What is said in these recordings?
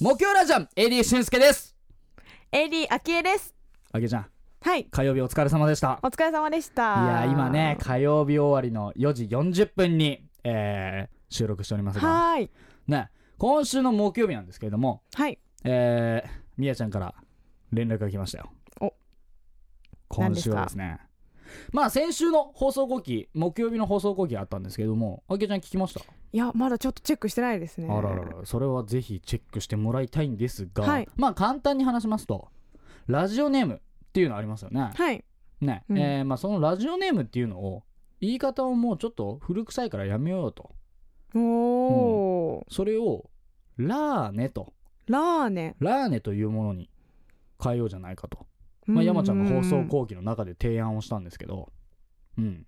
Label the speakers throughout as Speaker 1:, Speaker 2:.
Speaker 1: 木曜ラジオ AD 俊介です。
Speaker 2: AD 秋江です
Speaker 1: あげちゃん、
Speaker 2: はい
Speaker 1: 火曜日お疲れ様でした。
Speaker 2: お疲れ様でしたい
Speaker 1: いやー、今ね、火曜日終わりの4時40分に、えー収録しておりますが、
Speaker 2: はーい
Speaker 1: ね、今週の木曜日なんですけれども、
Speaker 2: はい
Speaker 1: えー、みやちゃんから連絡が来ましたよ。
Speaker 2: お
Speaker 1: 今週はですね。まあ先週の放送後期木曜日の放送後期あったんですけどもあげちゃん聞きました、
Speaker 2: いやまだちょっとチェックしてないですね
Speaker 1: あらららそれはぜひチェックしてもらいたいんですが、
Speaker 2: はい
Speaker 1: まあ簡単に話しますとラジオネームっていうのありますよね
Speaker 2: はい
Speaker 1: ね、
Speaker 2: うん
Speaker 1: えーまあ、そのラジオネームっていうのを言い方をもうちょっと古臭いからやめようよと
Speaker 2: おお、
Speaker 1: それをラーネと
Speaker 2: ラーメ
Speaker 1: ラーネというものに変えようじゃないかと、
Speaker 2: ン
Speaker 1: まあ、山ちゃんが放送
Speaker 2: 後
Speaker 1: 後期の中で提案をしたんですけどうん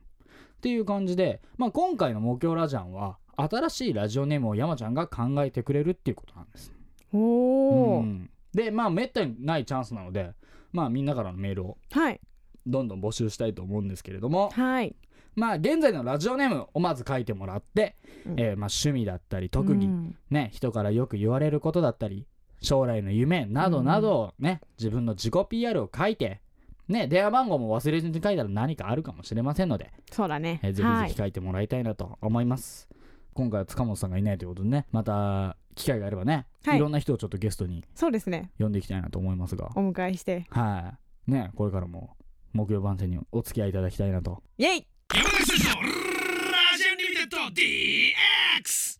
Speaker 1: っていう感じで、まあ、今回の「目標ラジャン」は新しいラジオネームを山ちゃんが考えてくれるっていうことなんです
Speaker 2: お
Speaker 1: う
Speaker 2: お、
Speaker 1: んでまあめったにないチャンスなのでまあみんなからのメールを
Speaker 2: はい
Speaker 1: どんどん募集したいと思うんですけれども
Speaker 2: はい
Speaker 1: まあ現在のラジオネームをまず書いてもらって、
Speaker 2: うん
Speaker 1: えーまあ趣味だったり特技、
Speaker 2: うん
Speaker 1: ね人からよく言われることだったり将来の夢などなどをね、自分の自己 PR を書いてね電話番号も忘れずに書いたら何かあるかもしれませんので、
Speaker 2: そうだね
Speaker 1: えーぜひ
Speaker 2: は
Speaker 1: ぜ
Speaker 2: い
Speaker 1: ひ書いてもらいたいなと思います、今回は塚本さんがいないということでねまた機会があればね、
Speaker 2: はい
Speaker 1: いろんな人をちょっとゲストに
Speaker 2: そうですね
Speaker 1: 呼んでいきたいなと思いますが
Speaker 2: お迎えして
Speaker 1: はいねこれからも木曜番宣にお付き合いいただきたいなと
Speaker 2: イエイ
Speaker 3: 山崎選手のラジオンリミテッド DX!